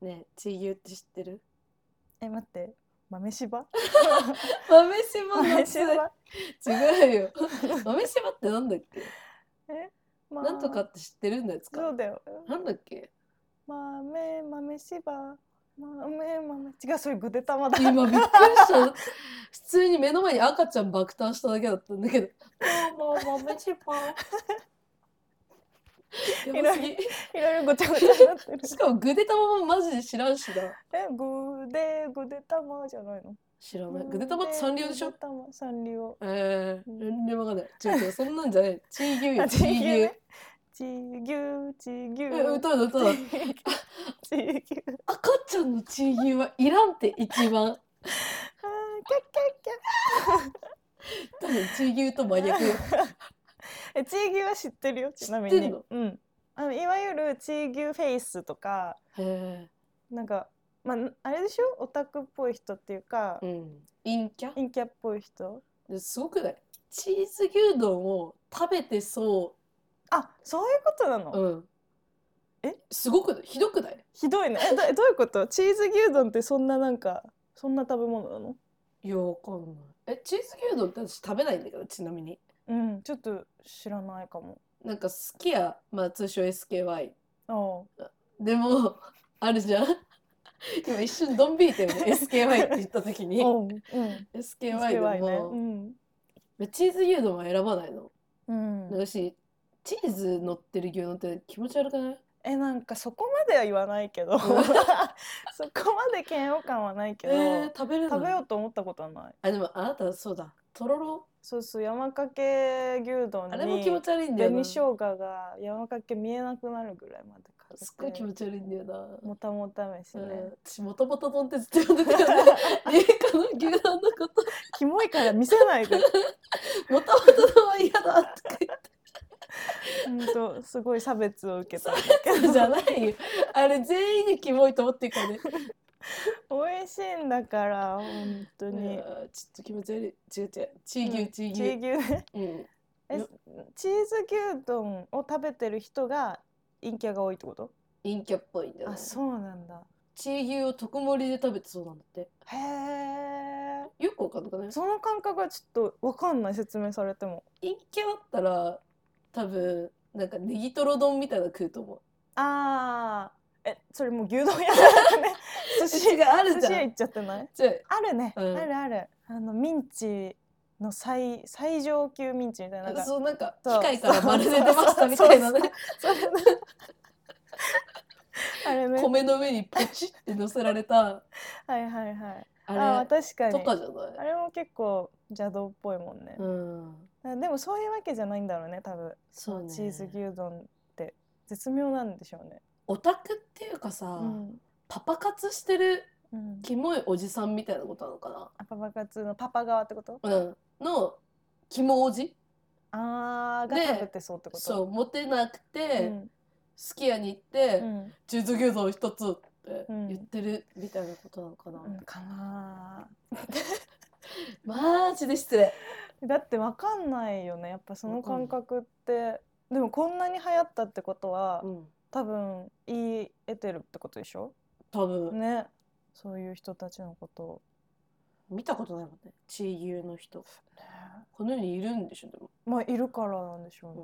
ねえ地牛って知ってるえ待って 豆柴豆柴豆夏柴違うよ豆柴ってなんだっけまあなんとかって知ってるんですそかうだよなんだっけ豆豆柴豆豆違うそれぐでたまだ今びっくりした普通に目の前に赤ちゃん爆誕しただけだったんだけど「ママ豆柴」 やばすぎいろいろごちゃごちゃになってる しかもぐでたまもマジで知らんしなえぐでぐでたまじゃないの知らないぐでたまってサンリオでしぐょでたまサンリオええー、全然わかんない違う違うそんなんじゃない地牛よあ地ちぎゅ牛うねちぎゅうちぎゅえう歌う歌うちぎゅうちぎゅう赤ちゃんの地牛はいらんって一番あーキャッキャッキャッ多分地牛と真逆 よえちぎゅうは知ってるよちなみに知ってんのうんあのいわゆるちぎゅうフェイスとかへなんかまああれでしょオタクっぽい人っていうかえうん陰キャ陰キャっぽい人ですごくないチーズ牛丼を食べてそあそういうことなの、ううんえすごくないひどくないひどいねえど えどういうことチーズ牛丼ってそんななんかそんな食べ物なのいやわかんないえチーズ牛丼って私食べないんだけどちなみにうんちょっと知らないかもなんかすき家まあ通称 SKY あでも あるじゃん今一瞬ドンビーたよね SKY って言った時あ にうんうんすご SKY でいねうも、んチーズ牛丼は選ばないのうん私チーズ乗ってる牛丼って気持ち悪くないえなんかそこまでは言わないけど そこまで嫌悪感はないけど、えー、食べれない食べようと思ったことはないあでもあなたそうだとろろそうそう山かけ牛丼あれも気持にち悪いんだよ紅な生姜が山かけ見えなくなるぐらいまでかけてすっごい気持ち悪いんだよな、もたもた飯うね、 ん、私もともと丼ってずっと呼んでたよね 映画の牛丼のことキモいから見せないでもともと丼は嫌だって本当すごい差別を受けたんだ言っけてどじゃないよあれ全員がキモいと思ってるからね美味しいんだから本当うんにちょっと気持ち悪い違う違うチー牛チーチ牛、ー牛ねうん、えよチーズ牛丼を食べてる人が陰キャが多いってこと陰キャっぽいんだよ、ねあ、そうなんだチー牛を特盛りで食べてそうなんだってへえよくわかんなくないその感覚はちょっとわかんない説明されても陰キャだったら多分なんかネギトロ丼みたいなの食うと思うあーえそれもう牛丼屋だ ね寿司違うあるじ寿ゃ司屋ん行っちゃってないじゃああるね、うんあるあるあのミンチの最最上級ミンチみたいななんかそうなんか機そう械からまるで出ましたみたいなねそれな あれね米の上にポチって乗せられたはいはいはいああー確かれにとかじゃあないれも結構邪道っぽいもんね、うんあでもそういうわけじゃないんだろうね多分そうねチーズ牛丼って絶妙なんでしょうねオタクっていうかさ、うん、パパ活してるうん、キモいおじさんみたいなことなのかあパパ活のパパ側ってことなうんのキモおじあーがで食べてそうってことそうモテなくうて、んすき家に行って、うんチーズ牛丼一つって言ってるみたいなことなのかな、うん、かなマジで失礼ーだってわかんないよねやっぱその感覚ってでもこんなに流行ったってことは、うん多分言い得てるってことでしょ多分、ねそういう人たちのことを見たことないもんね地牛の人ねこの世にいるんでしょでもまあいるからなんでしょうね、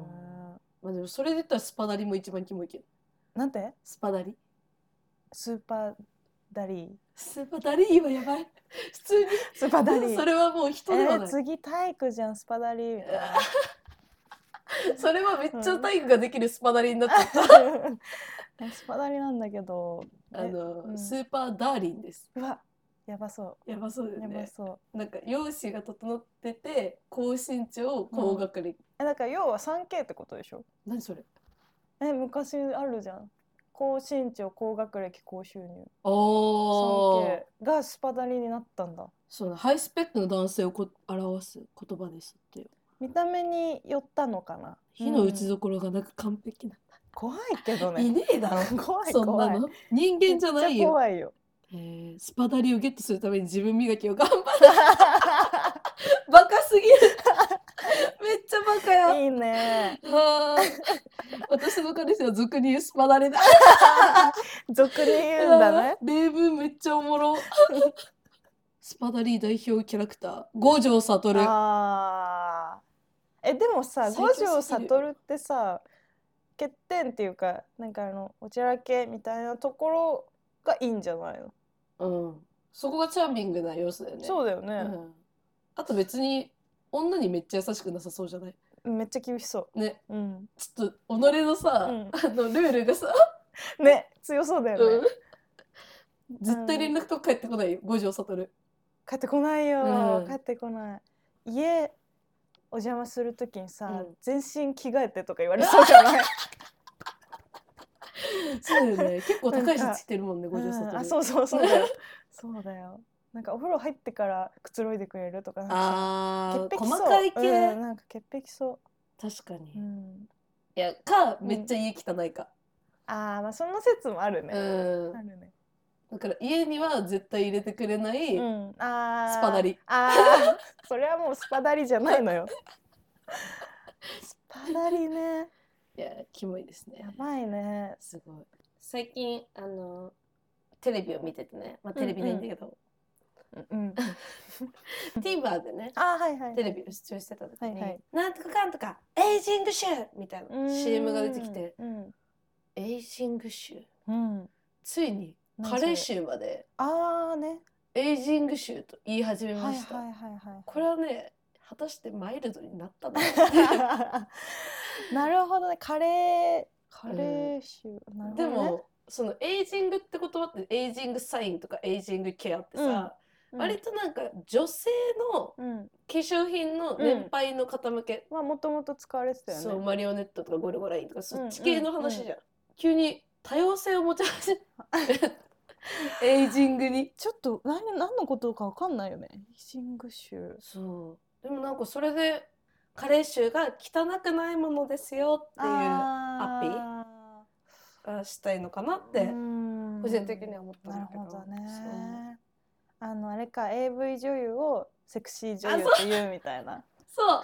まあでもそれで言ったらスパダリも一番キモいけどなんてスパダリスーパーダリースパダリーはやばい普通にスーパーダリ ーそれはもう人ではえない、ー、次体育じゃんスパダリーみた いなそれはめっちゃ体育ができるスパダリになっちゃった、えスパダリなんだけどえあの、うんスーパーダーリンですうわやばそやばそうだうよやばねそうなんか容姿が整ってて高身長高学歴、えだから要は 3K ってことでしょ何それえ昔あるじゃん高身長高学歴高収入おー 3K がスパダリになったんだそうだハイスペックの男性をこ表す言葉ですってよ見た目によったのかな火の打ちうん所がなく完璧な、怖いけどねいねえだろ 怖いそん怖ないの人間じゃないめっちゃよ、怖いよえースパダ リをゲットするために自分磨きを頑張る バカすぎるめっちゃバカや。い いねはーい私の彼氏は俗に言うスパナレだ。俗に言うんだ ね例文めっちゃおもろ。 スパダリー代表キャラクター五条悟。あーえでもさ最五強すぎる条悟ってさ欠点っていうかなんかあのおちゃらけみたいなところがいいんじゃないの、うん。そこがチャーミングな要素だよね。そうだようね、ん。あと別に女にめっちゃ優しくなさそうじゃない。めっちゃ厳しそね。う、うんちょっと己のさ、うんあのルールがさ、ね強そうだよね、うん絶対連絡とか返ってこないよ五条悟。帰ってこないよ、うん帰ってこない家お邪魔するときにさ、うん全身着替えてとか言われそうじ ゃないそう だよね。結構高い位置ついてるもんねう五条ん悟。あそうそうそうだよそうだよなんかお風呂入ってからくつろいでくれるとかなんかああ潔癖そう細かい系、うん、なんか潔癖そ確かに、う、いうん、やかうんめっちゃ家汚いかあーまあその説もあるね、うん、あるね、だから家には絶対入れてくれない、うん、あースパダリあーそれはもうスパダリじゃな いのよスパダリねいやキモいですねやばいねすごい最近あのテレビを見ててね、まあ、テレビないんだけど、うんうん TVer でねあーはいはいテレビを視聴してた時に、はいはいなんとかかんとかエイジングシュみたいな CM が出てきてうんエイジングシュうん、ついに何そ加れ齢臭までああねエイジング臭と言い始めはいまはいした、はいこれはね果たしてマイルドになったのはいなるほどねカレー カうレー臭、なるほどねでもそのエイジングって言葉ってエイジングサインとかエイジングケアってさ、うん割となんか女性のうん化粧品の年配の方向け、まあもともと使われてたよねそうマリオネットとかゴルゴラインとかそっち系の話じゃん,、うん急に多様性を持ち始め てエイジングにちょっと何何のことかわかんないよねエイジング臭そうでもなんかそれで加齢臭が汚くないものですよっていうああしたいのかなっーてうん個人的には思ったんなるだけどほどそうねあのあれか AV 女優をセクシー女優って言うみたいなそう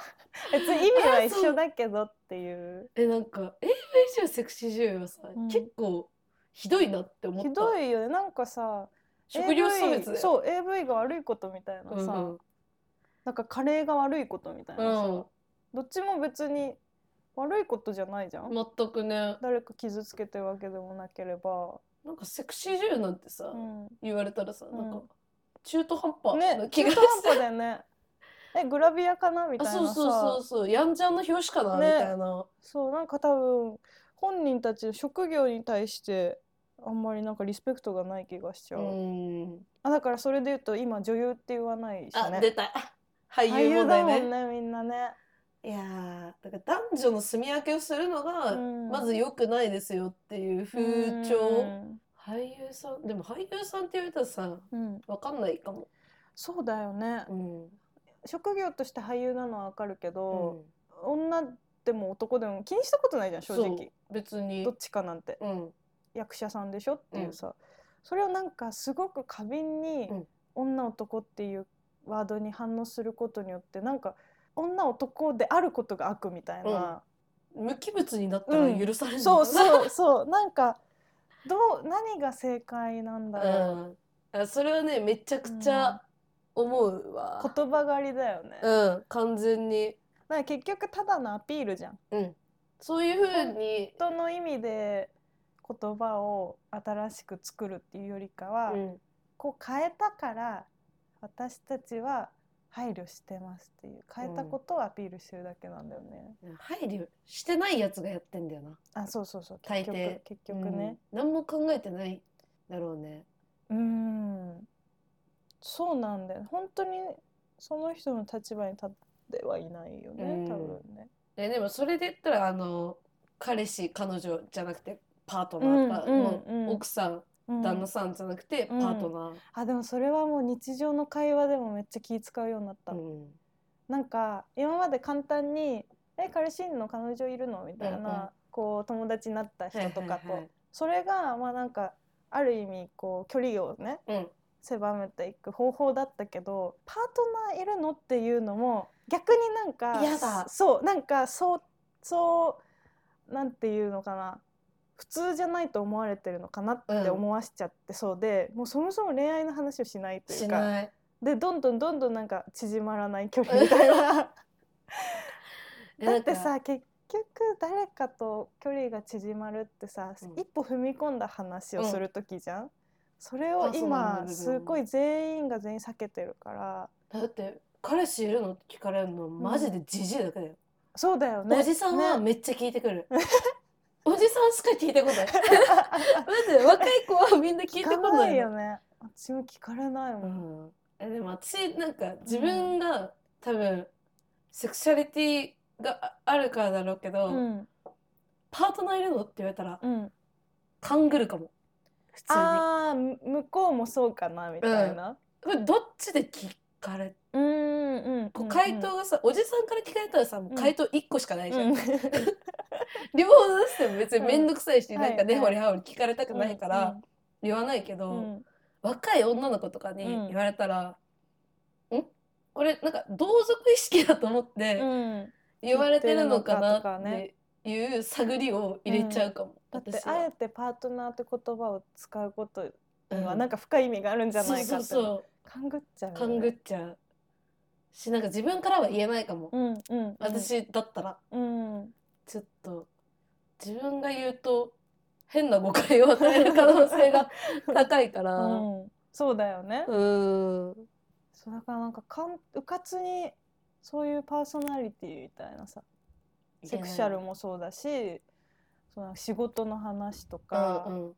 別に意味は一あそ緒うだけどっていうえなんか AV 女優セクシー女優はさ、うん結構ひどいなって思ったひどいよねなんかさ食料差別 AV でそう AV が悪いことみたいなさ、うんなんかカレーが悪いことみたいなうさ、ん、どっちも別に悪いことじゃないじゃん、うん、全くね誰か傷つけてるわけでもなければ、なんかセクシー女優なんてさ、うん、言われたらさんなんか中途半端なね気が中し途て、半端だよねえグラビアかなみたあいなさそうそうそうそうやんちゃんの表紙かな、ねみたいなそうなんか多分本人たちの職業に対してあんまりなんかリスペクトがない気がしちゃうう、んあだからそれで言うと今女優って言わないしあ、ね出た 俳俳優優問だ題もねんねみんなねいやーだから男女の住み分けをするのが、うんまず良くないですよっていう風潮、うん俳優さんでも俳優さんって言われたらさうん、わかんないかも、そうだよね、うん、職業として俳優なのはわかるけうど、ん女でも男でも気にしたことないじゃん正そ直う別にどっちかなんてうん役者さんでしょっていうさ、それをなんかすごく過敏にうん女男っていうワードに反応することによってなんか女男であることが悪みたいな、無機物になったら許されるのかなそうそうそうなんかどう何が正解なんだろう、うんあそれはねめちゃくちゃ思うわ、言葉狩りだよね、うん完全になんか結局ただのアピールじゃんうんそういう風に人の意味で言葉を新しく作るっていうよりかは、うんこう変えたから私たちは配慮してますっていう変えたことをアピールしてるだけなんだよね。配慮してないやつがやってんだよなあそうそうそう大結局抵結局ね。うん何も考えてないだろうねうーんそうなんだよ本当にその人の立場に立ってはいないよねうん多分ね。ででもそれで言ったらあの彼氏彼女じゃなくてパートナーとか、うんもううんうん奥さんうん旦那さんじゃなくてパートナー、あでもそれはもう日常の会話でもめっちゃ気使うようになった。うんなんか今まで簡単に「え彼氏いんの彼女いるの?」みたいな、うんうんこう友達になった人とかと、はいはいはいそれがまあなんかある意味こう距離をねうん狭めていく方法だったけどパートナーいるのっていうのも逆になんか嫌だそうなんかそうそうなんていうのかな普通じゃないと思われてるのかなって思わしちゃってそうで、もうそもそも恋愛の話をしないといしうかない。 でどんどんどんどんなんか縮まらない距離みたいな。え だなって、んかさ結局誰かと距離が縮まるってさ、うん一歩踏み込んだ話をする時じゃん、それパをーソナルな今部分すごい全員が全員避けてるからだって彼氏いるのって聞かれるのマジでじじいだけだよ。そうだよねお じさんはねめっちゃ聞いてく る。おじさんしか聞いてこない。だって若い子はみんな聞いて聞かこなないいよ。よね私も聞かれないも、うんん、えでも私なんか自分が多分セクシャリティがああるからだろうけど、うんパートナーいるのって言われたらうん、勘ぐるかも普通にああ向こうもそうかなみたいな、これどっちで聞かれうん、うんうんこう回答がさ、おじさんから聞かれたらさもう回答1個しかないじゃん、うん両方出しても別に面倒くさいし、うんなんかね、はいほりはほり聞かれたくないから言わないけど、うんうん若い女の子とかにうん言われたら「んこれなんか同族意識だと思って、うん言われてるのかな言ってるのかとかっねていう探りを入れちゃうかも、だって私あはえ。てパートナーって言葉を使うことにはうんなんか深い意味があるんじゃないかそうってそうそ勘ぐっちゃううよね勘ぐっちゃうしなんか自分からは言えないかも、うんうんうん私だったらうんちょっと自分が言うと変な誤解を与える可能性が高いからう うんそうだよねーんそうだからなんかかんうかつにそういうパーソナリティみたいなさセクシャルもそうだしその仕事の話とか、うんうん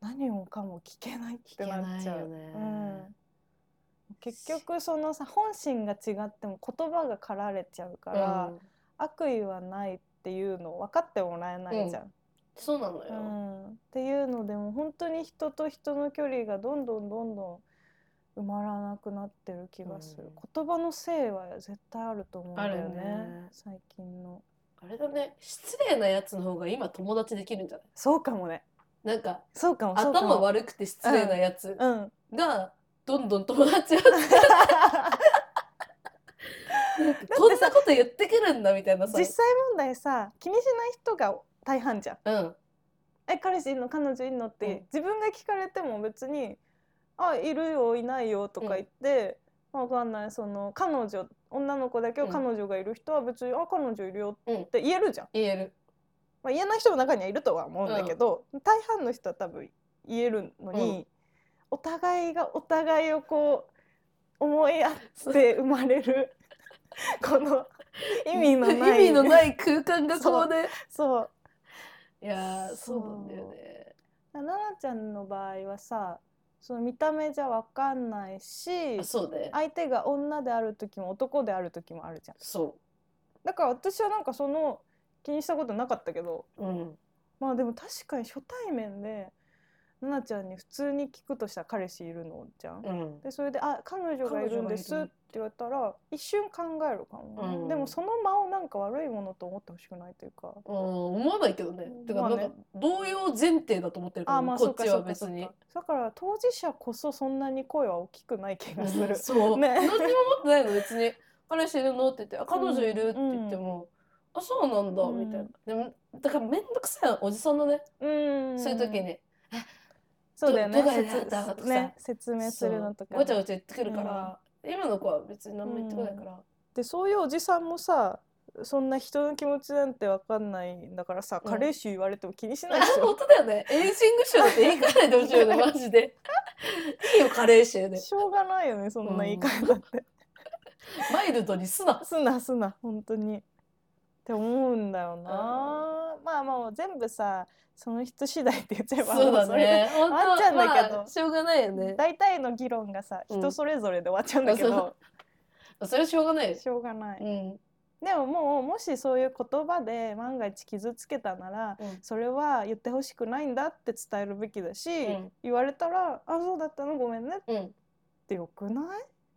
何もかも聞けないってなっちゃ聞けなう、いよねうん、結局そのさ本心が違っても言葉が駆られちゃうから、うん悪意はないっていうのを分かってもらえないじゃん。そうなのうよ、んっていうのでもう本当に人と人の距離がどんどんどんどん埋まらなくなってる気がする、うん言葉のせいは絶対あると思うんだよねあるね最近のあれだね失礼なやつの方が今友達できるんじゃないそうかもねなんかそうかもそうかも頭悪くて失礼なやつうん がどんどん友達を こんなこと言ってくるんだみたいなさ実際問題さ気にしない人が大半じゃんうんえ彼氏いんの彼女いんのって、うん自分が聞かれても別に「あいるよいないよ」とか言って、まあ、わかんないその彼女女の子だけどうん彼女がいる人は別に「あ彼女いるよ」うんって言えるじゃん、言えるまあ、言えない人も中にはいるとは思うんだけど、大半の人は多分言えるのに、うお互いがお互いをこう思い合っそうて生まれるこの意味のない 意味のない空間がこうねそういやーそそううなんだよね奈々ちゃんの場合はさその見た目じゃわかんないしあそうね相手が女である時も男である時もあるじゃんそだから私はなんかその気にしたことなかったけどううんまあでも確かに初対面で奈々ちゃんに普通に聞くとしたら彼氏いるのじゃん、うんでそれで「あ彼女がいるんです」彼女がいるって言われたら一瞬考えるかもね、うんでもその間をなんか悪いものと思ってほしくないといううか。ん思わないけどねてかまあなねんか同様前提だと思ってるかあらまあこそうっかちそはうかそ別うにかだから当事者こそそんなに声は大きくない気がするそうね何にも思ってないの別に「彼氏いるの?」って言ってあ「彼女いる?」って言っても「あそうなんだ」うんみたいなでもだから面倒くさいおじさんのねうんそういう時にそうだよねどどこが嫌だ説とかさね説明するのとそかうごちゃごちゃ言ってくるから、今の子は別に何も言ってこないから、でそういうおじさんもさそんな人の気持ちなんてわかんないんだからさうん彼氏言われても気にしあな いでしょ本当だよ ねエイジングショーって言い換えてほしいよねマジでいいよカレー臭でしょうがないよねそんな言い方ってマイルドにす なすなすな本当にって思うんだよなまあまあ全部さその人次第って言っちゃえばそうだれでね本当あっちゃんだけどまあしょうがないよね大体の議論がさうん人それぞれで終わっちゃうんだけど、それはしょうがないよしょうがない、うんでももうもしそういう言葉で万が一傷つけたならうんそれは言ってほしくないんだって伝えるべきだし、うん言われたら「あそうだったのごめんね」っうんてよくな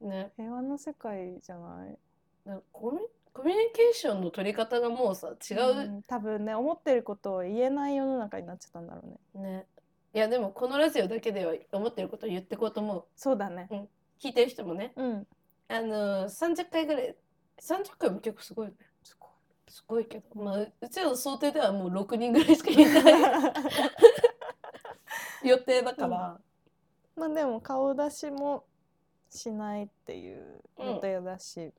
いね平和な世界じゃないなんかコミュコミュニケーションの取り方がもうさ違う、ん多分ね思ってることを言えない世の中になっちゃったんだろうねねいやでもこのラジオだけでは思ってることを言ってこうと思うそうだね聞いてる人もねうんあのー30回ぐらい30回も結構すごいよね。すごいすごいけど。まあ、うちらの想定ではもう6人ぐらいしかいない 予定だから。 まあでも顔出しもしないっていううん予定だし、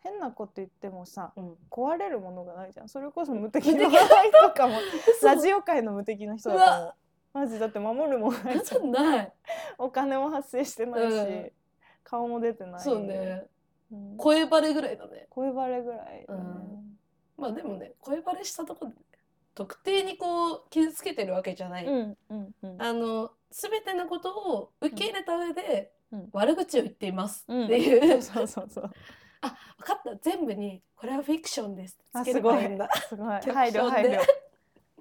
変なこと言ってもさうん。壊れるものがないじゃんそれこそ無敵の人とかもラジオ界の無敵の人うだと思うマジだって守 るもんないじゃん嘘ない。お金も発生してないし、うん顔も出てないそうね。うん声バレぐらいだね。声バレぐらいだね、まあでもね、声バレしたとこで、特定にこう、傷つけてるわけじゃない。うんうんうんあの、すべてのことを受け入れた上で、うん悪口を言っていますうんっていう、 分そうそうそうかった全部にこれはフィクションですあつけすれごばいいいんだすごい曲配慮調配で慮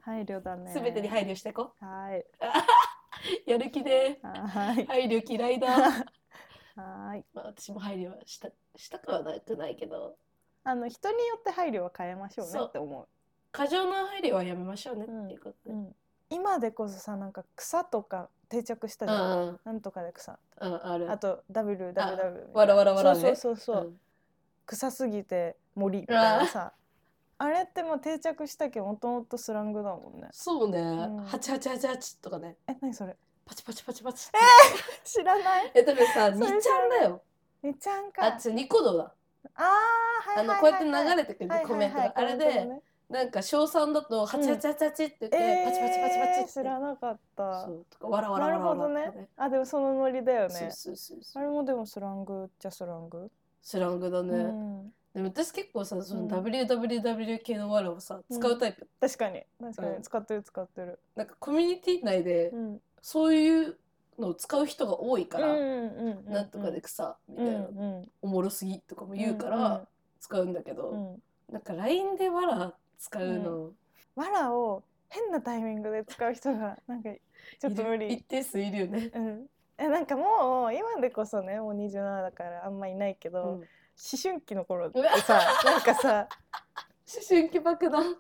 配慮だねすべてに配慮していこはい。うやる気で は配い。慮嫌い だはい。まあ私も配慮はしたしたくはなくないけどあの人によって配慮は変えましょうねそうって思過剰な配慮はやめましょうねっていうことう。でん。今でこそさ、なんか草とか定着したじうゃん。んうんなんとかで草。うんあるあと W W W。わらわらわらねそうそうそうそう。ん草すぎて森みたいなさ。あれってもう定着したけもともとスラングだもんね。そうねん八八八八とかねえ、何それ？パチパチパチパチ知らない？えだってさみそれっちゃんだよみちゃんか。あ違うニコ動だあーはあいのはいこうはいやって流はい。れてくるはいはいはいコメントがあれコメントでがねなんか賞賛だとハチハチハチハチって言ってえーパチパチパチパチって知らなかったそ。うとかわらわらわなるらほわどらねとかね。あでもそのノリだよそうね。そうそうそあうれもでもスラングっちゃスラング。スラングだうねん、でも私結構さそのうん WWW 系のわらをさ使うタイプ確かに確かに、うん使ってる使ってる。なんかコミュニティ内でうん。そういうのを使う人が多いからうんなんとかで草みたいなうんうん、おもろすぎとかも言うから使うんだけうんうんどうんなんか LINE でわら使うのわらを変なタイミングで使う人がなんかちょっと無いる一理。定数いるよねうん。えなんかもう今でこそねもう27だからあんまいないけ ど、うん思春期の頃っうてわさなんかさ思春期爆弾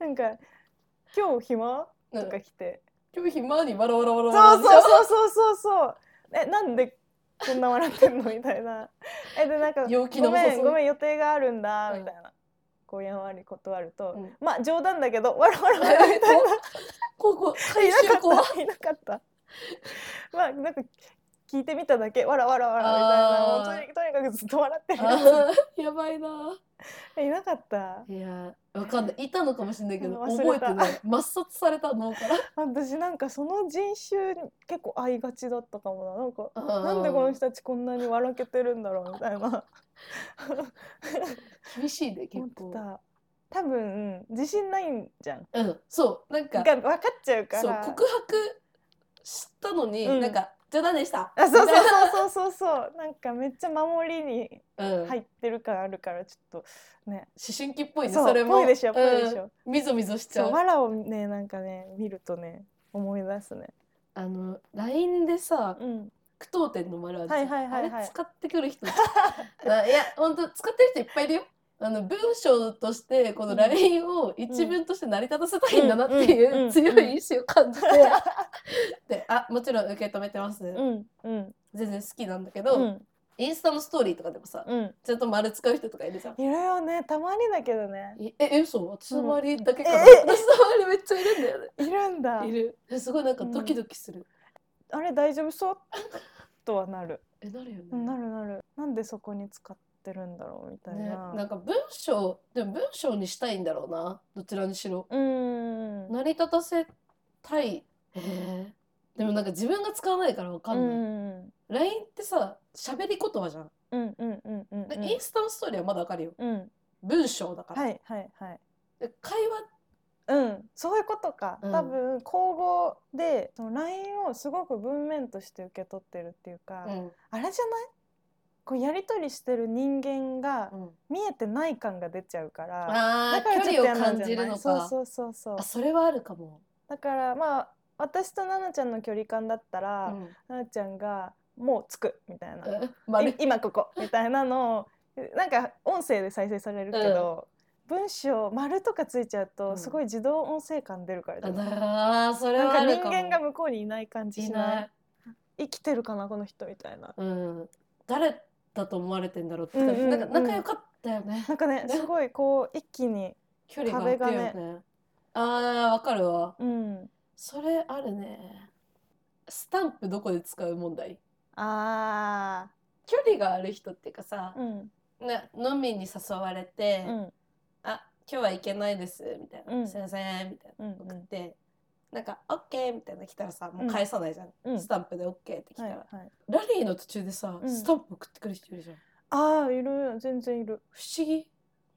なんか「今日暇?」なんとかか来て今日暇にわらわらわらわそらうそうそうそうそうそう。え、なんでこんな笑ってんのみたいな。 え、で、なんか、陽気なごおめ誘いん、ごめん、予定があるんだ、うんみたいな。こうやんわり断ると、 うんまあ、冗談だけど、わらわらわらみたいな。ここい回な収か怖いった、いなかった。まあ、なんか、聞いてみただけ、わらわらわらみたいな。もうとにとにかくずっと笑ってる。あーやばいな。いなかった。いやー、わかんない。いたのかもしれないけど、うん忘覚れえたてない。抹殺された脳から。私なんか、その人種、結構合いがちだったかもな。なんか、あー なんでこの人たちこんなに笑けてるんだろうみたいな。厳しいね、思っ結て構。た多分自信ないんじゃんうん、そう、なんかが、分かっちゃうかそう、ら告白したのに、うんなんか、じゃあ何でしたあそうみたいそうそうそうそうそうなんかめっちゃ守りになうん。入ってる感あるからちょっとね思春期っぽいね、そうそれも。ぽいでしょぽいでしょうんみぞみぞしちゃそうう。わらをねなんかね見るとね思い出すねあの、LINE でさ、うん句読点の丸あるじゃんはいはいはいはいあれ使ってくる 人。あいや、本当使ってる人いっぱいいるよ。あの文章としてこの LINE を一文として成り立たせたいんだなっていう強い意志を感じて であもちろん受け止めてます、うんうん全然好きなんだけど、うんインスタのストーリーとかでもさうんちゃんと丸使う人とかいるじゃん。いろいろねたまにだけどねええ嘘私の周りだけかうな、んえ私の周りめっちゃいるんだよね。いるんだいるえすごいなんかドキドキする。あれ大丈夫 そうとはなるえなるよね。なるなるなんでそこに使ってるんだろうみたいねな、なんか文章でも文章にしたいんだろうなどちらにしろ。うーん成り立たせたい、でもなんか自分が使わないからわかんない、LINE ってさ喋り言葉じゃん、うんうんうんうんうんでインスタのストーリーはまだわかるようん文章だから、はいはいはいで会話うんそういうことか、うん多分口語でその LINE をすごく文面として受け取ってるっていうか、うんあれじゃないこうやり取りしてる人間がうん、見えてない感が出ちゃうから、あだかーらち距ょっと離嫌をなん感じゃじなるいのかそうそうそうそうあそれはあるかも、だからまあ私と奈々ちゃんの距離感だったら、うん奈々ちゃんが「もう着く」みたいなえい丸今ここみたいなのをなんか音声で再生されるけど、文章丸とかついちゃううとんすごい自動音声感出るからじあゃない、ーそれなんはあかる人かも間が向こうにいない感じいしないない、生きてるかなこの人みたいなうん、誰だと思われてんだろうって、うんうんうんなんか仲良かったよねなんかねすごいこう一気に、距離があったよね壁あーわかるわうん、それあるねスタンプどこで使う問題あ距離がある人っていうかさー、、うんね、飲みに誘われて、うんあ今日は行けないですみたいな、うんすいませんみたいうんな送って、なんかオッケーみたいなの来たらさもう返さないじゃん、うんスタンプでオッケーって来たはら、いはい、ラリーの途中でさ、うんスタンプ送ってくる人いるじゃんああいる全然いる不思議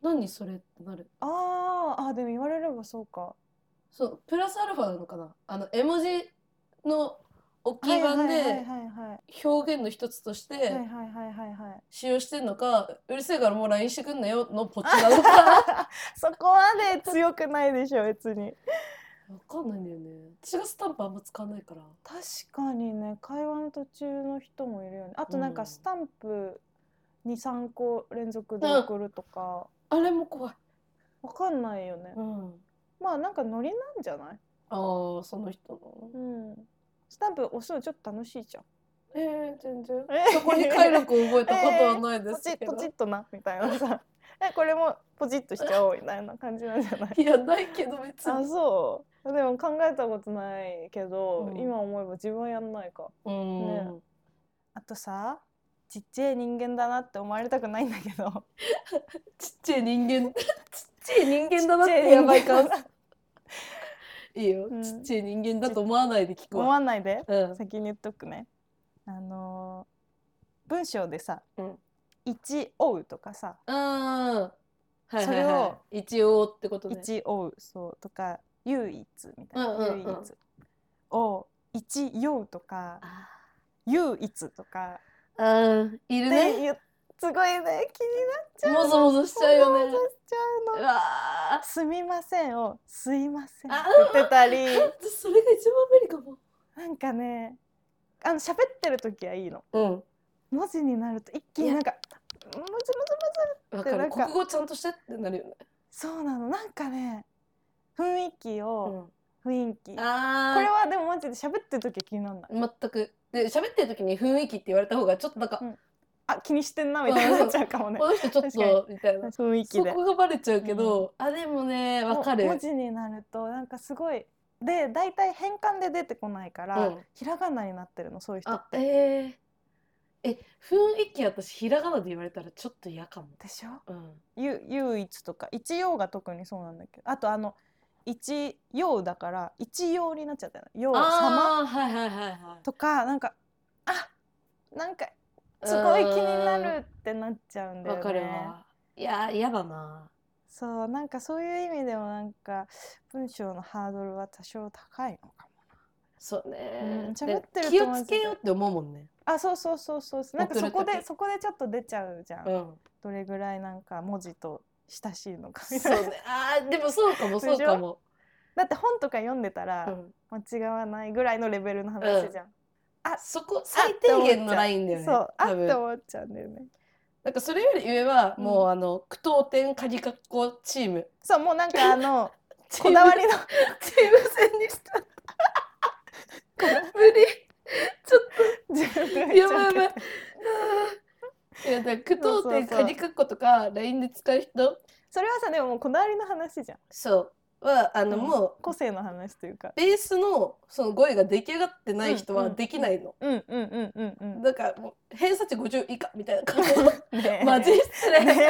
何それってなるあーあーでも言われればそうかそうプラスアルファなのかなあの絵文字の大きはいい版はいはでいはいはい表現の一つとしはいはいてはいはいはい使用してんのか「うるせえからもう LINE してくんなよ」のポチな のかそこはね強くないでしょ別に分かんないんだよね私がスタンプあんま使わないから確かにね会話の途中の人もいるよねあとなんうかんスタンプ23個連続で送るとか、あれも怖いわかんないよね、うんまあなんかノリなんじゃない、ああその人のうん、スタンプ押すのちょっと楽しいじゃんえー、全然えそこに体力を覚えたことはないでポチすッけどポ、チッとなみたいなさ えこれもポチッとしちゃおうみたいな感じなんじ ゃないいやないけど別あにそうでも考えたことないけど、うん今思えば自分はやんないかうん、あとさちっちゃい人間だなって思われたくないんだけどちっちゃい人間ちっちゃい人間だなっちっちゃいて人間やばいか いいよ、うんちっちゃい人間だと思わないで聞く思わわないでうん先に言っとくねあのー文章でさうん「一追う」とかさあーはいそはいれをはい一応ってこ「とね一追う」そうとか「唯一」みたいなうんうんうん唯一」を「一酔う」とかあ「唯一」とかーあーいるでね言うすごいね気になっちゃうもぞもぞしちゃうよねもぞもぞしちゃうのうわあすみませんをすいませんってあ言ってたりそれが一番無理かもなんかねあの喋ってる時はいいのう文字になると一気になんか「むずむずむんわかず」でなるんか国語ちゃんとしてってなるよねそうなのなんかね雰囲気を、雰囲気これあはでもマジで喋ってる時は気にならないあ全くで喋ってる時に雰囲気って言われた方がちょっとなんかうんあ気にしてんなみたいになっちゃうかもねこの人ちょっ確かとみたいな雰囲気そでこがバレちゃうけどあでもねわかる文字になるとなんかすごいで大体変換で出てこないから、うんひらがなになってるのそういう人あってえー、え雰囲気私ひらがなで言われたらちょっと嫌かも、でしょうん、ゆ唯一とか一用が特にそうなんだけどあとあの一用だから一用になっちゃったの用様あーはいはいはいはとかなんかあなんかいすごい気になるってなっちゃううーんんだよわね。かるわいや嫌だなそうなんかそういう意味でもなんか文章のハードルは多少高いのかそううんね、で喋ってると気をつけようって思うもんねも。あそうそうそうそうなんか送そるこで時そこでちょっと出ちゃうじゃん。うんどれぐらいなんか文字と親しいのかみそたいうな。ねあ ーでもそうかもそうかも、だって本とか読んでたうらん、間違わないぐらいのレベルの話じゃん。そこ最低限のラインだよねそうあ多って分思っちゃうんだよね。なんかそれより上はうんもうあの句読点鍵括弧チームそうもうなんか あのこだわりのチーム戦にした。 無理。ちょっ自分でと言やっちばいゃやうけば どい。いやだから句そ読うそうそ点うカニカッコとか LINE で使う人それはさでももうこだわりの話じゃん。そうはあの、うんもう個性の話というか。ベースのその語彙が出来上がってない人うんはうんできないの、うんうんうんうんうん。だからもう偏差値50以下みたいな感 じねえマジ失礼ねね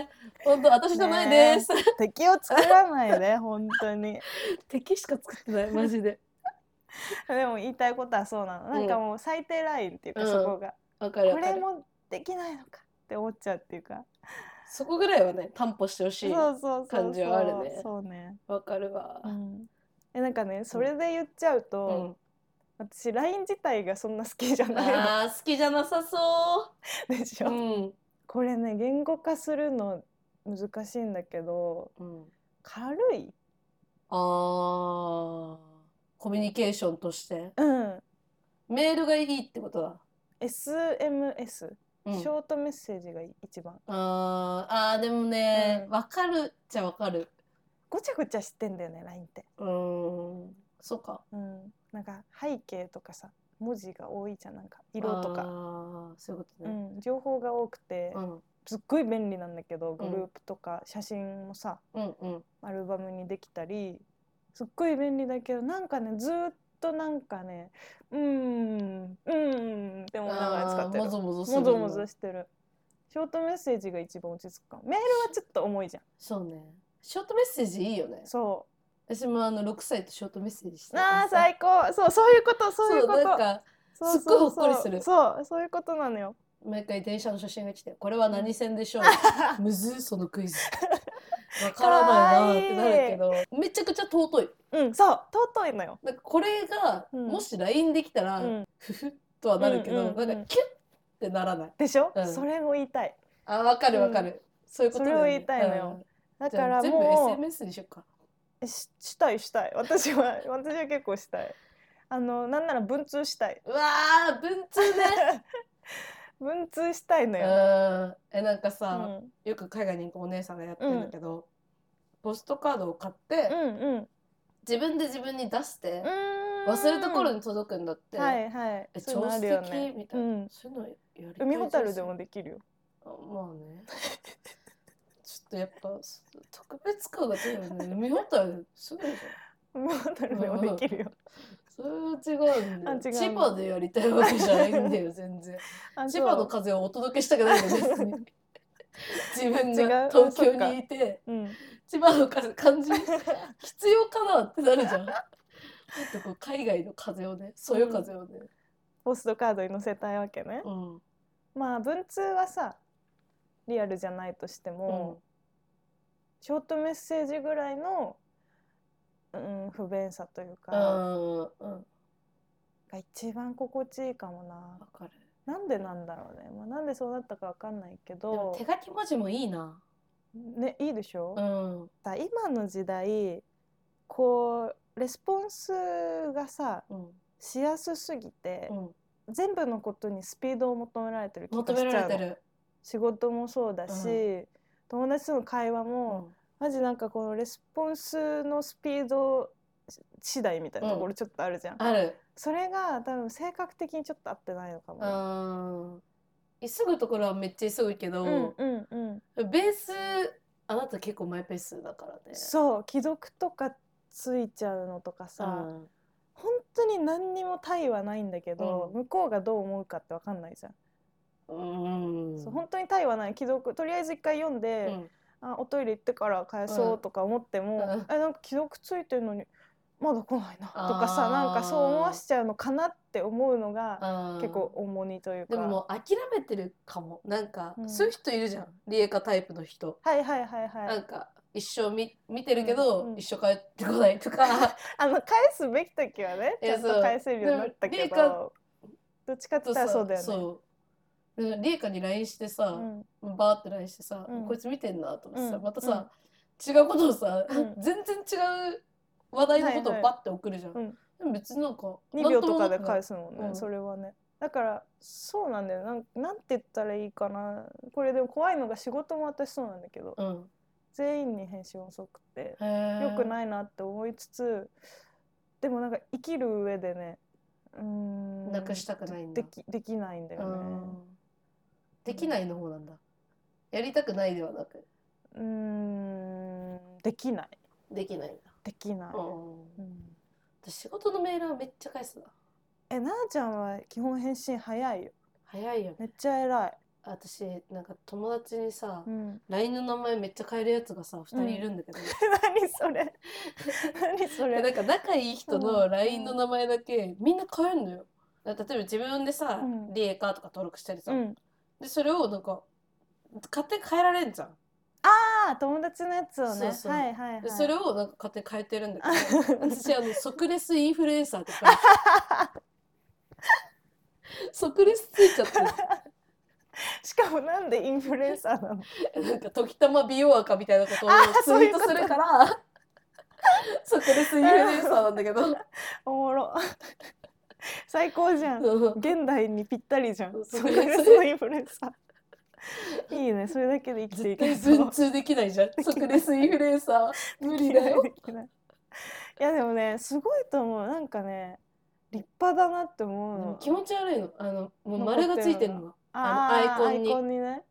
ええ本当私じゃないです、 敵を作らないで本当に敵しか作ってないマジででも言いたいことはそうなのなんかもう最低ラインっていうか、うんそこがわかるこわかれるもできないのかって思っちゃうっていうかそこぐらいはね担保してほしそういそうそうそう感じはあるねそうね、わかるわ、うん、えなんかねそれで言っちゃううと、ん私ライン自体がそんな好きじゃなあー好きじゃなさそいのでしう。ょ、ん。これね言語化するの難しいんだけどうん、軽いあーコミュニケーションとしてうんメールがいいってことだ。 SMS、うん、ショートメッセージが一番あーあーでもねうんわ、かるっちゃわかる。ごちゃごちゃしてんだよね LINE って。うーんそうか。うん、なんか背景とかさ文字が多いじゃんなんか色とか、あーそういうことうね。ん、情報が多くて、うんすっごい便利なんだけどグうんループとか写真もさ、うんうんアルバムにできたりすっごい便利だけどなんかねずーっとなんかねうーんうーんって思いながら使ってるあーもぞもぞするものぞもぞしてるショートメッセージが一番落ち着くかもメールはちょっと重いじゃんそうね。ショートメッセージいいよね。そ私もあの6歳とショートメッセージしうたからあーさ最高そうそういうことそういうこそうなんとかそうすっごいそうほっこりするそうそうそういうことなのよ毎回電車の写真が来て「これは何線でしょ う? 」「むずいそのクイズ」わからないなーってなるけどめちゃくちゃ尊いうんそう尊いのよなんかこれが、うんもし LINE できたら、うんふふっとはなるけど、うんうんうんなんかキュッってならないでしょ、うんそれを言いたいあわかるわかる、そういうことだよそれを言いたいのよ、だだかかららももう全部 SMS にしよっかえししたいしたい私は 私は結構したいあのなんなら文通したいうわー文通ね 文通したいのうよ、んえなんかうさ、ん、よく海外に行くお姉さんがやってるんだけど、ポストカードを買って、うんうん自分で自分に出してう、ーん忘れた頃に届くんだって、はいはいえそういうのあるよね超素敵みたいなうん、そういうのやりたいです海ほたるでもできるよ あまあねちょっとやっぱそ特別感が違うよね海ほたるすごいじゃん海ほたるでもできるよ、それは違うんだよあ違う千葉でやりたいわけじゃないんだよ全然 あ千葉その風をお届けしたくないんだよ 別に自分違うが東京にいてう、うん、 千葉の風感じ必要かなってなるじゃんもっとこう海外の風をねそよ風をねポストカードに載せたいわけね、うん、まあ文通はさリアルじゃないとしてうんも、ショートメッセージぐらいの、うん、不便さといううか、んうんが一番心地いいかもなわかるなんでなんだろうね、まあ、なんでそうなったかわかんないけでもど手書き文字もいいなねいいでしょ、うんだ今の時代こうレスポンスがさうんしやすすぎてう、ん全部のことにスピードを求められてる気がし求ちめらゃうれてのる仕事もそうだし、う友達との会話うも、んマジなんかこのレスポンスのスピード次第みたいなところちょっとあるじゃん、あるそれが多分性格的にちょっと合ってないのかもう、ん急ぐところはめっちゃ急ぐけど、うんうんうんベースあなた結構マイペースだからねそう既読とかついちゃうのとかさ、うん本当に何にも対はないんだけど、うん向こうがどう思うかって分かんないじゃん、うんそう本当に対はない既読とりあえず一回読んうで、んあおトイレ行ってから返そうとか思っても、うんえなんか既読ついてるのにまだ来ないなとかさあーなんかそう思わしちゃうのかなって思うのがあー結構重荷というかでももう諦めてるかもなんか、うんそういう人いるじゃんリエカタイプの人、はいはいはいはないんか一生み見てるけど、うんうん一生帰ってこないとかあの返すべき時はねいちゃやんと返せるようになったけそうでもリどどっちかって言ったらそうだよね。そうでリエカに LINE してさ、うんバーって LINE してさ、うんこいつ見てんなと思ってさ、うんまたさ、違うことをさ、うん全然違う話題のことはいはをいバッて送るじゃん、うんでも別になんか2秒とかで返返すもんね、うんそれはねだからそうなんだよなんなんて言ったらいいかなこれでも怖いのが仕事も私そうなんだけど、うん全員に返信遅くてへ良くいないなって思いつつでもなんか生きる上でねうーんなくしたくないんだできできないんだよねできないの方なんだやりたくないではなくうーんできないできないんだ、できない、うんうん私仕事のメールはめっちゃ返すなえなあちゃんは基本返信早いよ早いよねめっちゃ偉い、私なんか友達にさ、うん LINE の名前めっちゃ変えるやつがさ2人いるんだけど、何それ何そでれなんか仲いい人うのん LINE の名前だけみんな変えるのよ。だから例えば自分でさ、うんリエカとか登録したりさ、うんでそれをなんか勝手に変えられんじゃん。ああ友達のやつをねそうそうはいはいはいでそれをなんか勝手に変えてるんだけど私あの即レスインフルエンサーとか 即レスついちゃって しかもなんでインフルエンサーなのなんか時たま美容赤みたいなことをツそういイーうこトとするから即レスインフルエンサーなんだけどおもろ 最高じゃんそう現代にぴったりじゃん。そそうれがそれすごいインフルエンサー。いいね、それだけで生きてい絶け対そう文。通できない じゃん即レスインフルエンサー無理だよ。できない。いやでもね、すごいと思う。なんかね、立派だなって思うの気持ち悪いのあのもう丸がついてるのがあのーアイコンにアイコンにね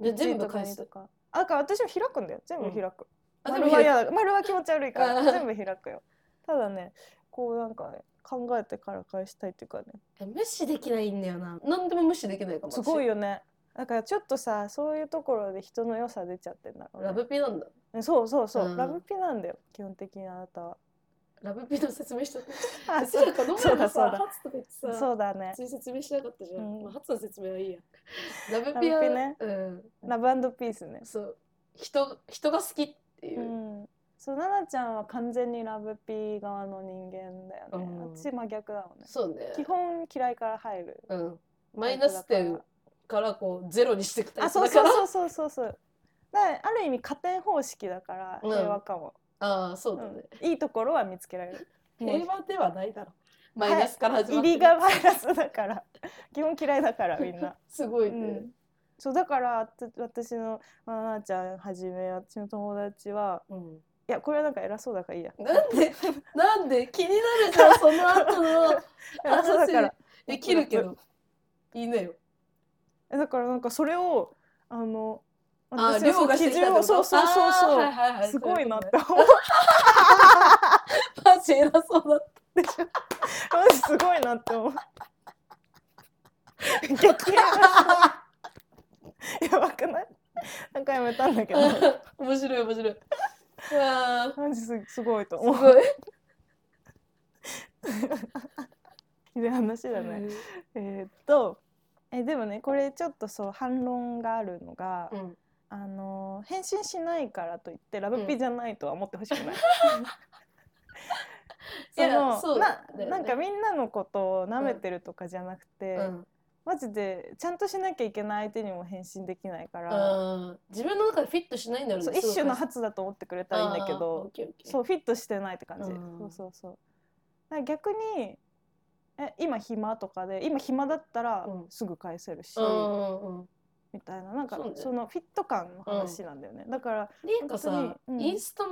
で全部返1とすかあだから私も開くんだよ全部開く、あで丸もは嫌だ丸は気持ち悪いかあらー全部開くよただねこうなんかね考えてから返したいっていうかね無視できないんだよな何でも無視できないかもすごいよよねだからちょっとさそういうところで人の良さ出ちゃってんだろうね、ラブピなんだねそうそうそう、うんラブピなんだよ基本的にあなたはラブピの説明しとくあそうこの前のそうだそうさだ初とか言ってさそうだね普通に説明しなかったじゃん、うんまあ、初の説明はいいやラブピはラブピねうん、ラブピースねそう人人が好きっていうう、んそう奈々ちゃんは完全にラブピー側の人間だよね、うん私真逆だもんねそうね基本嫌いから入るうん、マイナス点からこうゼロにしていくタあイプそだうかそらうそうそうそうそうだからある意味加点方式だからうん平和かも、ああそううだね、んいいところは見つけら れるもう平和ではないだろマイナスから始ま入ってりがバイナスだから 基本嫌いだからみんなすごいね、うんそうだからつ私のまなちゃんはじめ私の友達はうんいやこれはなんか偉そう だからいいやなんでなんで気になるじゃんその後 の偉そうだから話できるけどいいねよえだからなんかそれをあのあ私は量がして基きたって準こをとそうそうそうあーそう、はいはいはいすごいなってそう思うことっねマジ偉そうだった マジすごいなって思った 逆にやばくない何回もやったんだけどた 面白い面白いわあマジす すごいとす思うごいひどい話だね、えーっとえでもねこれちょっとそう反論があるのが、うんあの返信しないからといってラブピじゃないとは思ってほしくない。いやのそうなだよねなんかみんなのことを舐めてるとかじゃなくて、うんマジでちゃんとしなきゃいけない相手にも返信できないから、あー自分の中でフィットしないんだろうそうね一種の発発だと思ってくれたらいいんだけど、そううフィットしてないって感じ、うんそうそうそうだから逆にえ今暇とかで今暇だったらうんすぐ返せるし、うんうんうんみたいななんかそうだよねそのフィット感の話なんだよね、だからなんかさ本、当にうんインスタ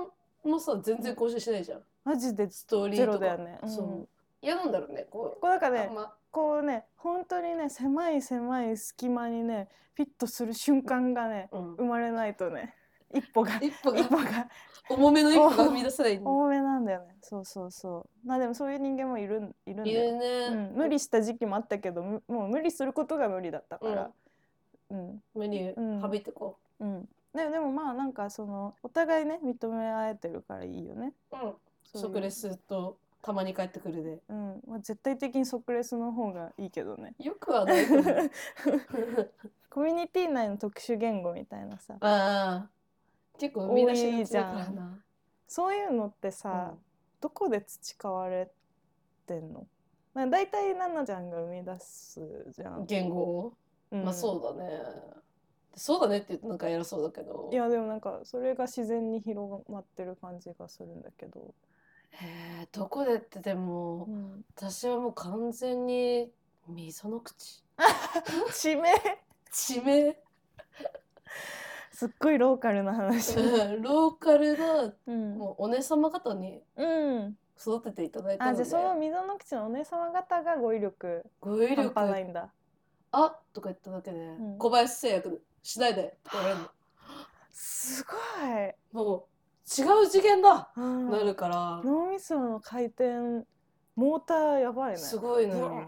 もさ全然更新しないじゃん、マジでストーリゼーとロかだよね、うんそう嫌なんだろうねここうなんかう、ねあんまこうね本当にね狭い狭い隙間にねフィットする瞬間がねうん生まれないとね一歩が一歩一が歩が重めの一歩が踏み出せないんだ多めなんだよねそうそうそうまあでもそういう人間もいるんいるんだいよるね、うん、無理した時期もあったけどむもう無理することが無理だったから、うん無理うん省いてこうんででもまあなんかそのお互いね認め合えてるからいいよね。う、うん、そういう食レスとたまに帰ってくるでうんまあ、絶対的に即レスの方がいいけどね。よくはないけど コミュニティ内の特殊言語みたいなさああ結構生み出しがちだからなそういうのってさ、うんどこで培われてんのなんか大体奈々ちゃんが生み出すじゃん。言語を、うんまあそうだねそうだねって言うとなんか偉そうだけどいやでもなんかそれが自然に広まってる感じがするんだけど。えーどこでってでもうん私はもう完全に溝の口地名地名すっごいローカルな話うんローカルなうん、もうお姉様方にうん、育てていただいたあのじゃであその溝の口のお姉様方が語彙力語彙半端な力いんだあとか言っただけで、ん小林製薬しないでって言われるすごい、のもう違う次元だうんなるから、脳みその回転モーターやばいねすごいのうよんへ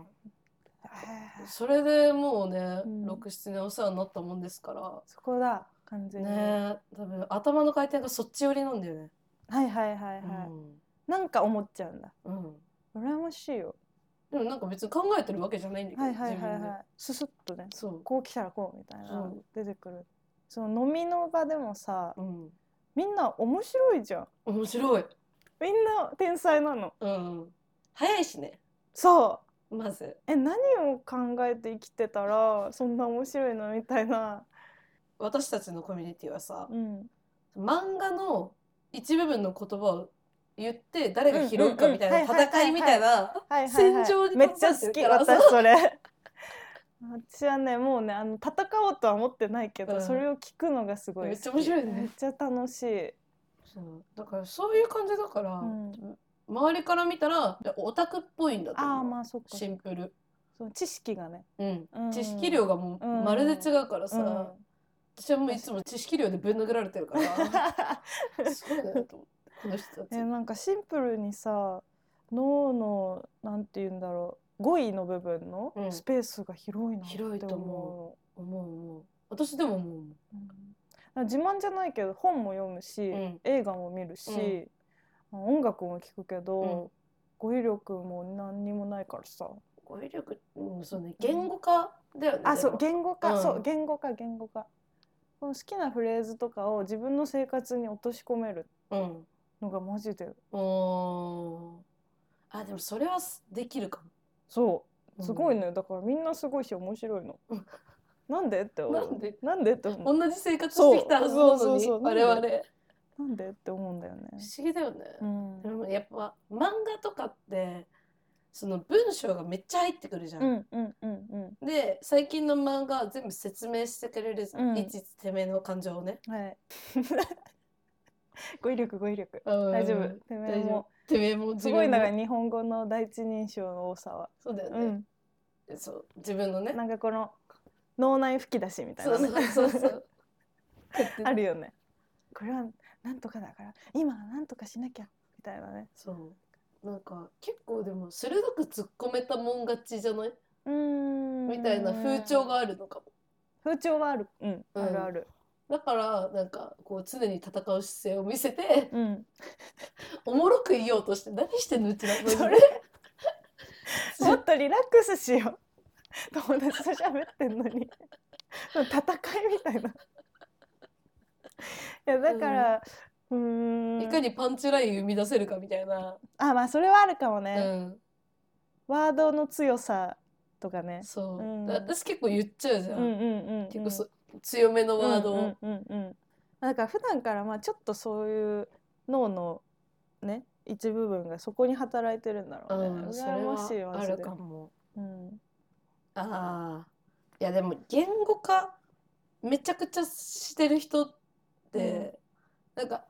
ーそれでもうね、うん六七年お世話になったもんですかそこだ完ら全に、ねえ多分頭の回転がそっち寄りなんだよね、はいはいはいはい、なんか思っちゃうんだうんうん羨ましいよでもなんか別に考えてるわけじゃないんだけど、はいはいはい自分ではいススッとねそうこう来たらこうみたいなそう出てくるその飲みの場でもさうんみんな面白いじゃん面白いみんな天才なのうん早いしねそうまずえ何を考えて生きてたらそんな面白いのみたいな、私たちのコミュニティはさうん、漫画の一部分の言葉を言って誰が拾うかみたいな戦いみたいなはいはいは戦い場にめっちゃ好き立たされてるから私それ私はねもうねあの戦おうとは思ってないけど、うんそれを聞くのがすごいめっちゃ面白いねめっちゃ楽しい、そうだからそういう感じだから、ん周りから見たらでオタクっぽいんだとああ思う、まあそっかシンプル、その知識がね、うんうん知識量がもううんまるで違うからうさ、ん、私はもういつも知識量でぶん殴られてる からすごいなと思ってこの人たち、 えなんかシンプルにさ脳のなんて言うんだろう語彙の部分のうんスペースが広いなって思広う、いと思思う思う私でも思うもんうん自慢じゃないけど本も読むし、うん映画も見るし、音楽も聴くけど、うん語彙力も何にもないからさ語彙力、うん、そうね言語化だよねあそうでも言語化、うんそう言語化言語化この好きなフレーズとかを自分の生活に落とし込めるうんのがマジでおーあでもそれはすできるかそうもすごいね、だからみんなすごいし面白いのうん。なんでって思う。なんでなんでってう思う。ん同じ生活してきたはずなのにそうそうそうそう我々なん不なんでって思うんだよね。思議だよね、うん。でもやっぱ漫画とかってその文章がめっちゃ入ってくるじゃうんうんうんうで最近の漫画は全部説明してくれるじゃん、うんいちいちてめえの感情をね、ん。はい。 語彙力語彙力。大丈夫。てめえ大丈も夫てめえも自すごい分だからの日本語の第一人称の多さは。そうだようね、ん。そう自分のねなんかこの脳内吹き出しみたいそうなそね。うそうそう あるよね。これはなんとかだから今はなんとかしなきゃみたいなね。そうなんか結構でも鋭く突っ込めたもん勝ちじゃないうん。みたいな風潮があるのかも風潮はある。うん。うんあるある。だからなんかこう常に戦う姿勢を見せ てうん。おもろく言おうとして何してんのうちらの それもっとリラックスしよう 友達と喋ってんのに戦いみたいないやだからうーんいかにパンチライン生み出せるかみたいな、あまあそれはあるかもうね、ん、ワードの強さとかねそう、うん私結構言っちゃうじうゃんん、うんうん、うん、結構そ強めのワードを、うんうんうんうんまあだから普段からまあちょっとそういう脳のね一部分がそこに働いてるんだろうね、うんそれ羨ましいはわあるそれかもうんああいやでも言語化めちゃくちゃしてる人って、なんか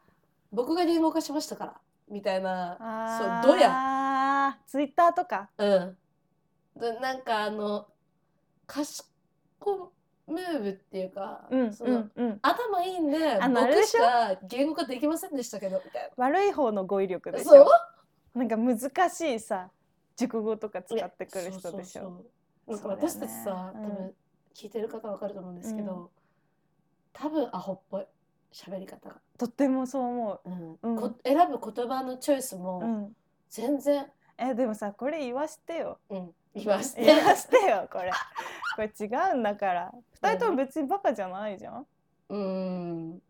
僕が言語化しましたからみたいなそうどややツイッターとかうんでなんかあの賢ムーブっていうか、うんその、うんうん、頭いいんであのあれ僕でししょか言語化できませんでしたけどみたい悪い方の語彙力なでしそうょなんか難しいさ熟語とか使ってくる人でしそうょそうそうなんか私たちさ、そう多だよねうん分聞いてる方わかると思うんですけど、う多分アホっぽい喋り方が、とってもそう思うんうんこ選ぶ言葉のチョイスう、うもん、全然、えでもさこれ言わし てようん、言わせて言わしてよこれこれ違うんだから二人とも別にバカじゃないじゃんうん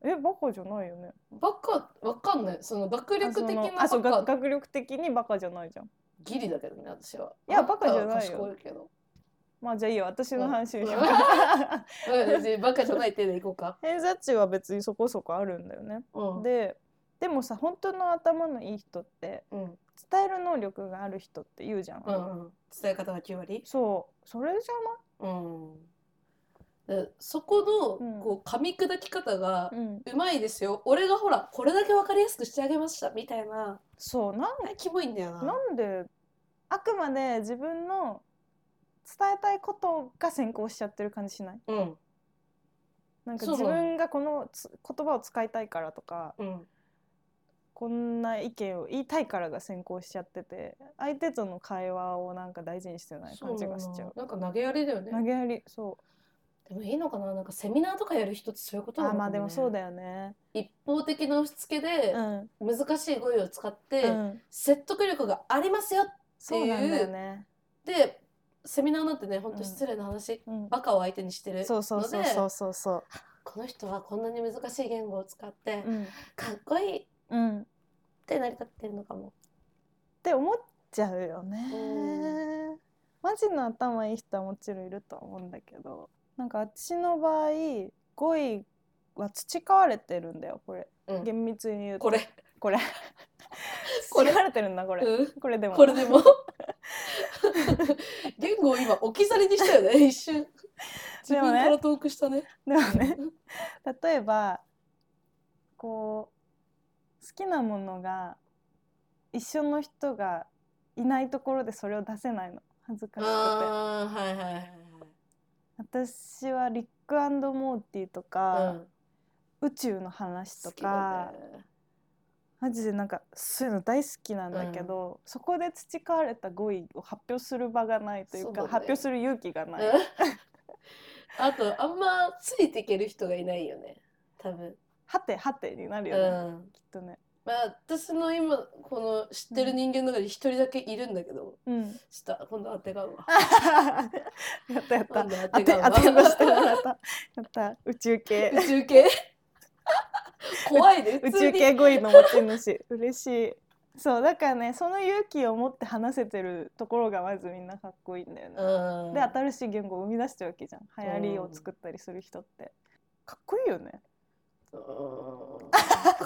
えバカじゃないよねバカわかんないその学力的なあそバのあそう学カ学力的にバカじゃないじゃんギリだけどね私はいやバカじゃあたないよは賢いけどまあじゃあいいよ私の話でしょ、うんうん別にバカじゃない手でいこうか、 偏差値は別にそこそこあるんだよねうん、ででもさ本当の頭のいい人ってうん伝える能力がある人って言うじゃん、うんうん、伝え方が9割、そうそれじうん、でそこうのんこう噛み砕き方がゃない、うん、うまいですよ俺がほらこれだけ分かりやすくしてあげましたみたいなそうなんあれキモいんだよななんであくまで自分の伝えたいことが先行しちゃってる感じしないうんなんかそう自なの分がこのつ言葉を使いたいからとかうんこんな意見を言いたいからが先行しちゃってて相手との会話をなんか大事にしてないそう感じながのしちゃうなんか投げやりだよね投げやりそでもいいのかななんかセミナーとかやる人ってそういうこうとなあのかまあでもそうねだよね一方的な押し付けでうん、う難しい語彙を使ってん、説得力がありますよっそうなんだよねてセミナーなんてね本当失礼な話うんバカを相手にしてるそうそうのそうでそうそうそこの人はこんなに難しい言語を使ってううん、かっこいいっうん、て成り立ってるのかも。って思っちゃうようね。マジの頭いい人はもちろんいるとは思うんだけどなんか私の場合語彙は培われてるんだよこれうん厳密に言うとこれ、これこれ培われてるんだ これうん、これでもこれでも言語を今置き去りにしたよね一瞬自でもね分からトークしたね。でもね例えばこう好きなものが一緒の人がいないところでそれを出せないの恥ずかしくてあーはいはいはい私はリックモーティーとはい。か、うん宇宙の話と好きだか、ねマジでなんかそういうの大好きなんだけど、そこで培われた語彙を発表する場がないというそうかだね発表する勇気がない、うん あとあんまついていける人がいないよね多分、はてはてになるうよね、んきっとね。まあ、私の今この知ってる人間の中で一人だけいるんだけど、 うんちょっと今度当てがうわやったやった今度当当ててが当うわてました やったやった宇宙系宇宙系怖いね宇 普通宙に系語彙の持ち主嬉しいそうだからねその勇気を持って話せてるところがまずみんなかっこいいんだよね、うんで新しい言語を生み出してるわけじゃん流行りを作ったりする人って、かっこいいよねうん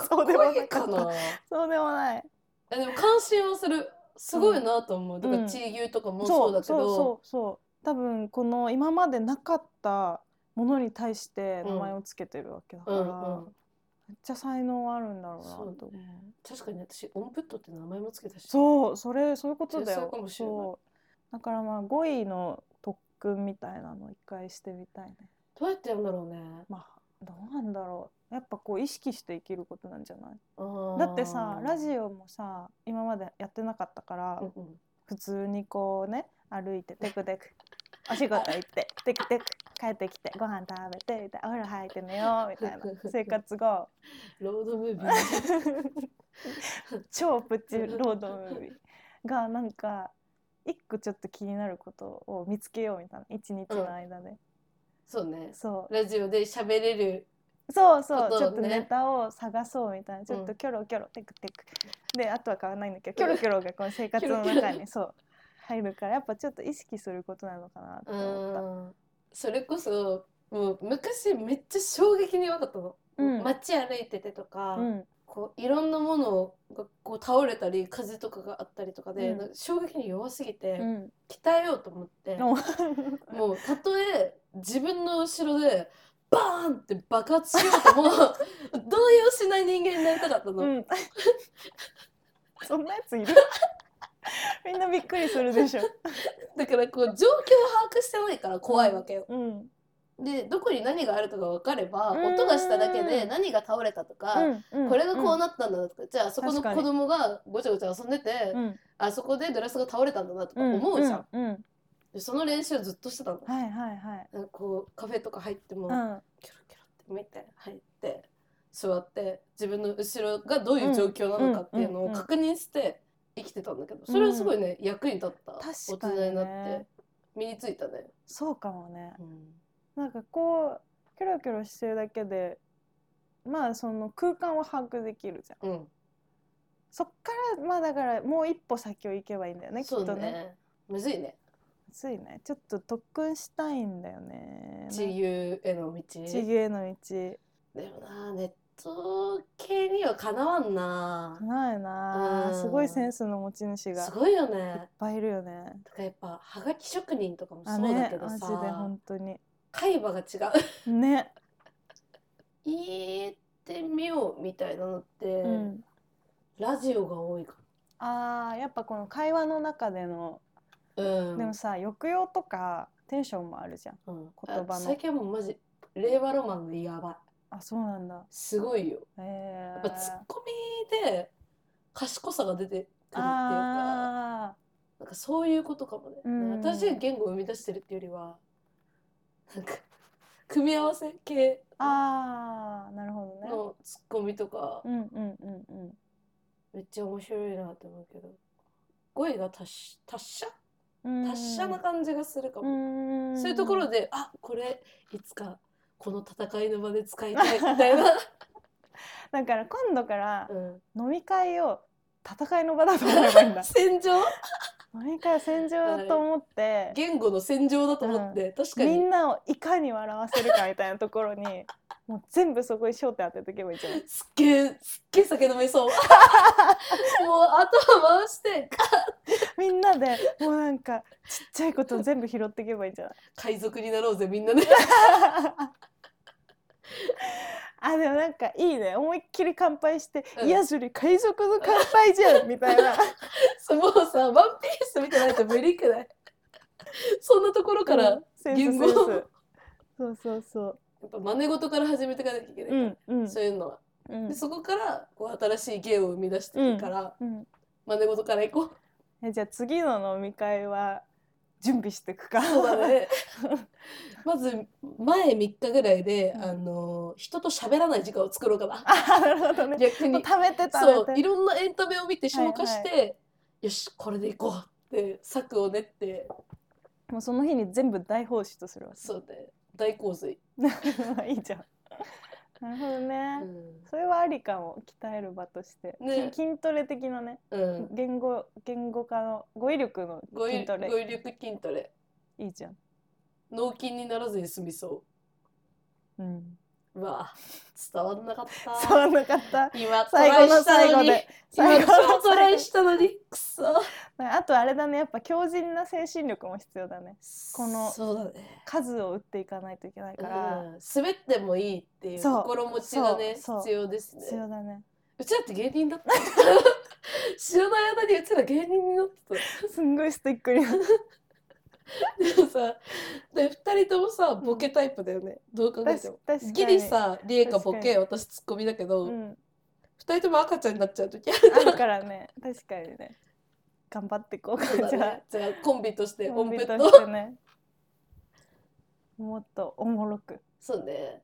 そうでもなかかっこいったいかなそうでもないえでも感心はするすごいなと思う、だかうんら地牛とかもそうだけど、そうそうそう多分この今までなかったものに対して名前をつけてるわけだから、うんうんめっちゃ才能あるんだろうなそうと思う確かに私オンプットって名前もつけたしそうそれそういうことだ天よ才かもしれないそうだからまあ語彙の特訓みたいなの一回してみたいねどうやってやるんだろうねまあどうなんだろうやっぱこう意識して生きることなんじゃないあーだってさラジオもさ今までやってなかったから、うんうん普通にこうね歩いてテクテクお仕事行ってテクテク帰ってきてご飯食べてみたいなお風呂入って寝ようみたいな 生活がロードムービー 超プチロードムービーがなんか一個ちょっと気になることを見つけようみたいな一日の間で、そうねそラジオで喋れるうそうそう、ことをねちょっとネタを探そうみたいなちょっとキョロキョロテクテクであとは変わらないんだけどキョロキョロがこの生活のキョロ中キョにそう入るからやっぱちょっと意識することなのかなってう思った。んそれこそもう昔めっちゃ衝撃に弱かったの、うん街歩いててとか、うんこういろんなものがこう倒れたり風とかがあったりとかで、うんなんか衝撃に弱すぎて、うん鍛えようと思って、おもうたとえ自分の後ろでバーンって爆発しようと も動揺しない人間になりたかったの、うん、 そんなやついる みんなびっくりするでしょ。だからこう状況を把握してないから怖いわけよ、うんでどこに何があるとか分かればうーん音がしただけで何が倒れたとか、うんこれがこうななったんだなとか、じゃあそこの確かに子供がごちゃごちゃ遊んでて、うんあそこでドラスが倒れたんだなとか思うじゃん、んうんうんでその練習をずっとしてたの、はいはいはい。なんかこうカフェとか入っても、うんキョロキョロって見て入って座って自分の後ろがどういう状況なのかっていうのうんうんうをんうん確認して生きてたんだけどそれはすごいね、役に立った大確人かにねになって身についたね。そうかもね。うんなんかこうキョロキョロしてるだけでまあその空間は把握できるじゃん。うんそっからまあだからもう一歩先を行けばいいんだよねきっそうとね。ねむずいねついねちょっと特訓したいんだよね。自由への道地域への道。でもなネット系にはかなわんなないなあうんすごいセンスの持ち主がいすっごいよねぱいいるよね。とかやっぱはがき職人とかもあそうだねけどマジでさ本当に海馬が違う ね、言ってみようみたいなのって、うん、ラジオが多いかあーやっぱこの会話の中での、ら、うん、でもさ抑揚とかテンションもあるじゃんうん、言葉のあ最近はもうマジ令和ロマンがやばいあそうなんだすごいよへやっえぱツッコミで賢さが出てくるっていうかなあんかそういうことかもね、うん新しい言語を生み出してるっていうよりはなんか組み合わせ系ーあーなるほどねのツッコミとか、うんうんうんうんめっちゃ面白いなと思うけど語彙が達達者うん達者な感じがするかも、うんそういうところで、あこれいつかこの戦いの場で使いたいみたいな。だから今度からう飲み会を戦いの場だと思えばいい んだん、戦場飲み会は戦場と思って言語の戦場だと思って、確かみんになをいかに笑わせるかみたいなところにもう全部そこに焦点当てていけばいいじゃん。すっげえすっげえ酒飲め そうもう頭回してかみんなでもうなんかちっちゃいことを全部拾ってい けばいいんじゃない海賊になろうぜみんなねあでもなんかいいね思いっきり乾杯して「うんいやそれ海賊の乾杯じゃん」みた いなもうさワンピース見てないと無理くないそんなところから、うやんセンス言語センスそうそうそうっぱ真似事から始めていかなきゃいけないかうら、んうんそういうのは、うんでそこからこう新しい芸を生み出していくから、うん真似事からいこうえじゃあ次の飲み会は準備してくかそうだねまず前3日ぐらいで、うんあの人と喋らない時間を作ろうかな あなるほどね逆に貯めてそ貯うめいてろんなエンタメを見て消化して、はよしこれでいこうって策を練ってもうその日に全部大放出するわそうで大洪水、 まあいいじゃんなるほどうね、んそれはありかも鍛える場として、ねき筋トレ的なねうん、言語言語化の語彙力の語彙筋ト語レ彙力筋トレいいじゃん、脳筋にならずに済みそうん、ううわあ伝わんなかった伝わんなかった今ト最ライ後のした最の後にで今最後の超トラ最イ後したのにくそあとあれだねやっぱ強靭な精神力も必要だねこのそうだね数を打っていかないといけないから、うん、滑ってもいいっていうそう心持ちがねそうそう必要です必ね要だねうちだって芸人だった知らない間にうちら芸人になってたすんごいストイックにでも さで2人ともさボケタイプだよねどう考えても確確かにギリさリエがボ確かケ私ツッコミだけど、う二2 ん、人とも赤ちゃんになっちゃう時あるあるからね確かにね頑張っていこうかそうだ じゃあねじゃあコンビとしてコ音ンビ符とと してねもっとおもろくそうね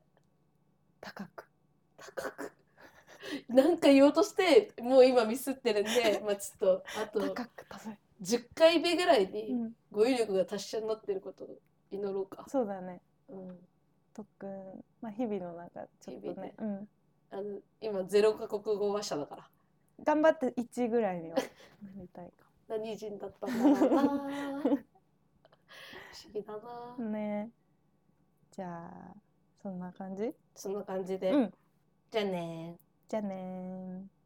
高く高くなんか言おうとしてもう今ミスってるん でまあちょっとあ高とく高い、 10回目ぐらいうにん、語彙力が達者になってることを祈ろうか、そうだねうん、特訓まあ日々のなんかちょ日っと々ねね、うん、あの今ゼロカ国語話者だから頑張って1ぐらいにはなりたいか何人だったんだろう な不思議だな、もねじゃあそんな感じそんな感じで、うんじゃあねーじゃあねー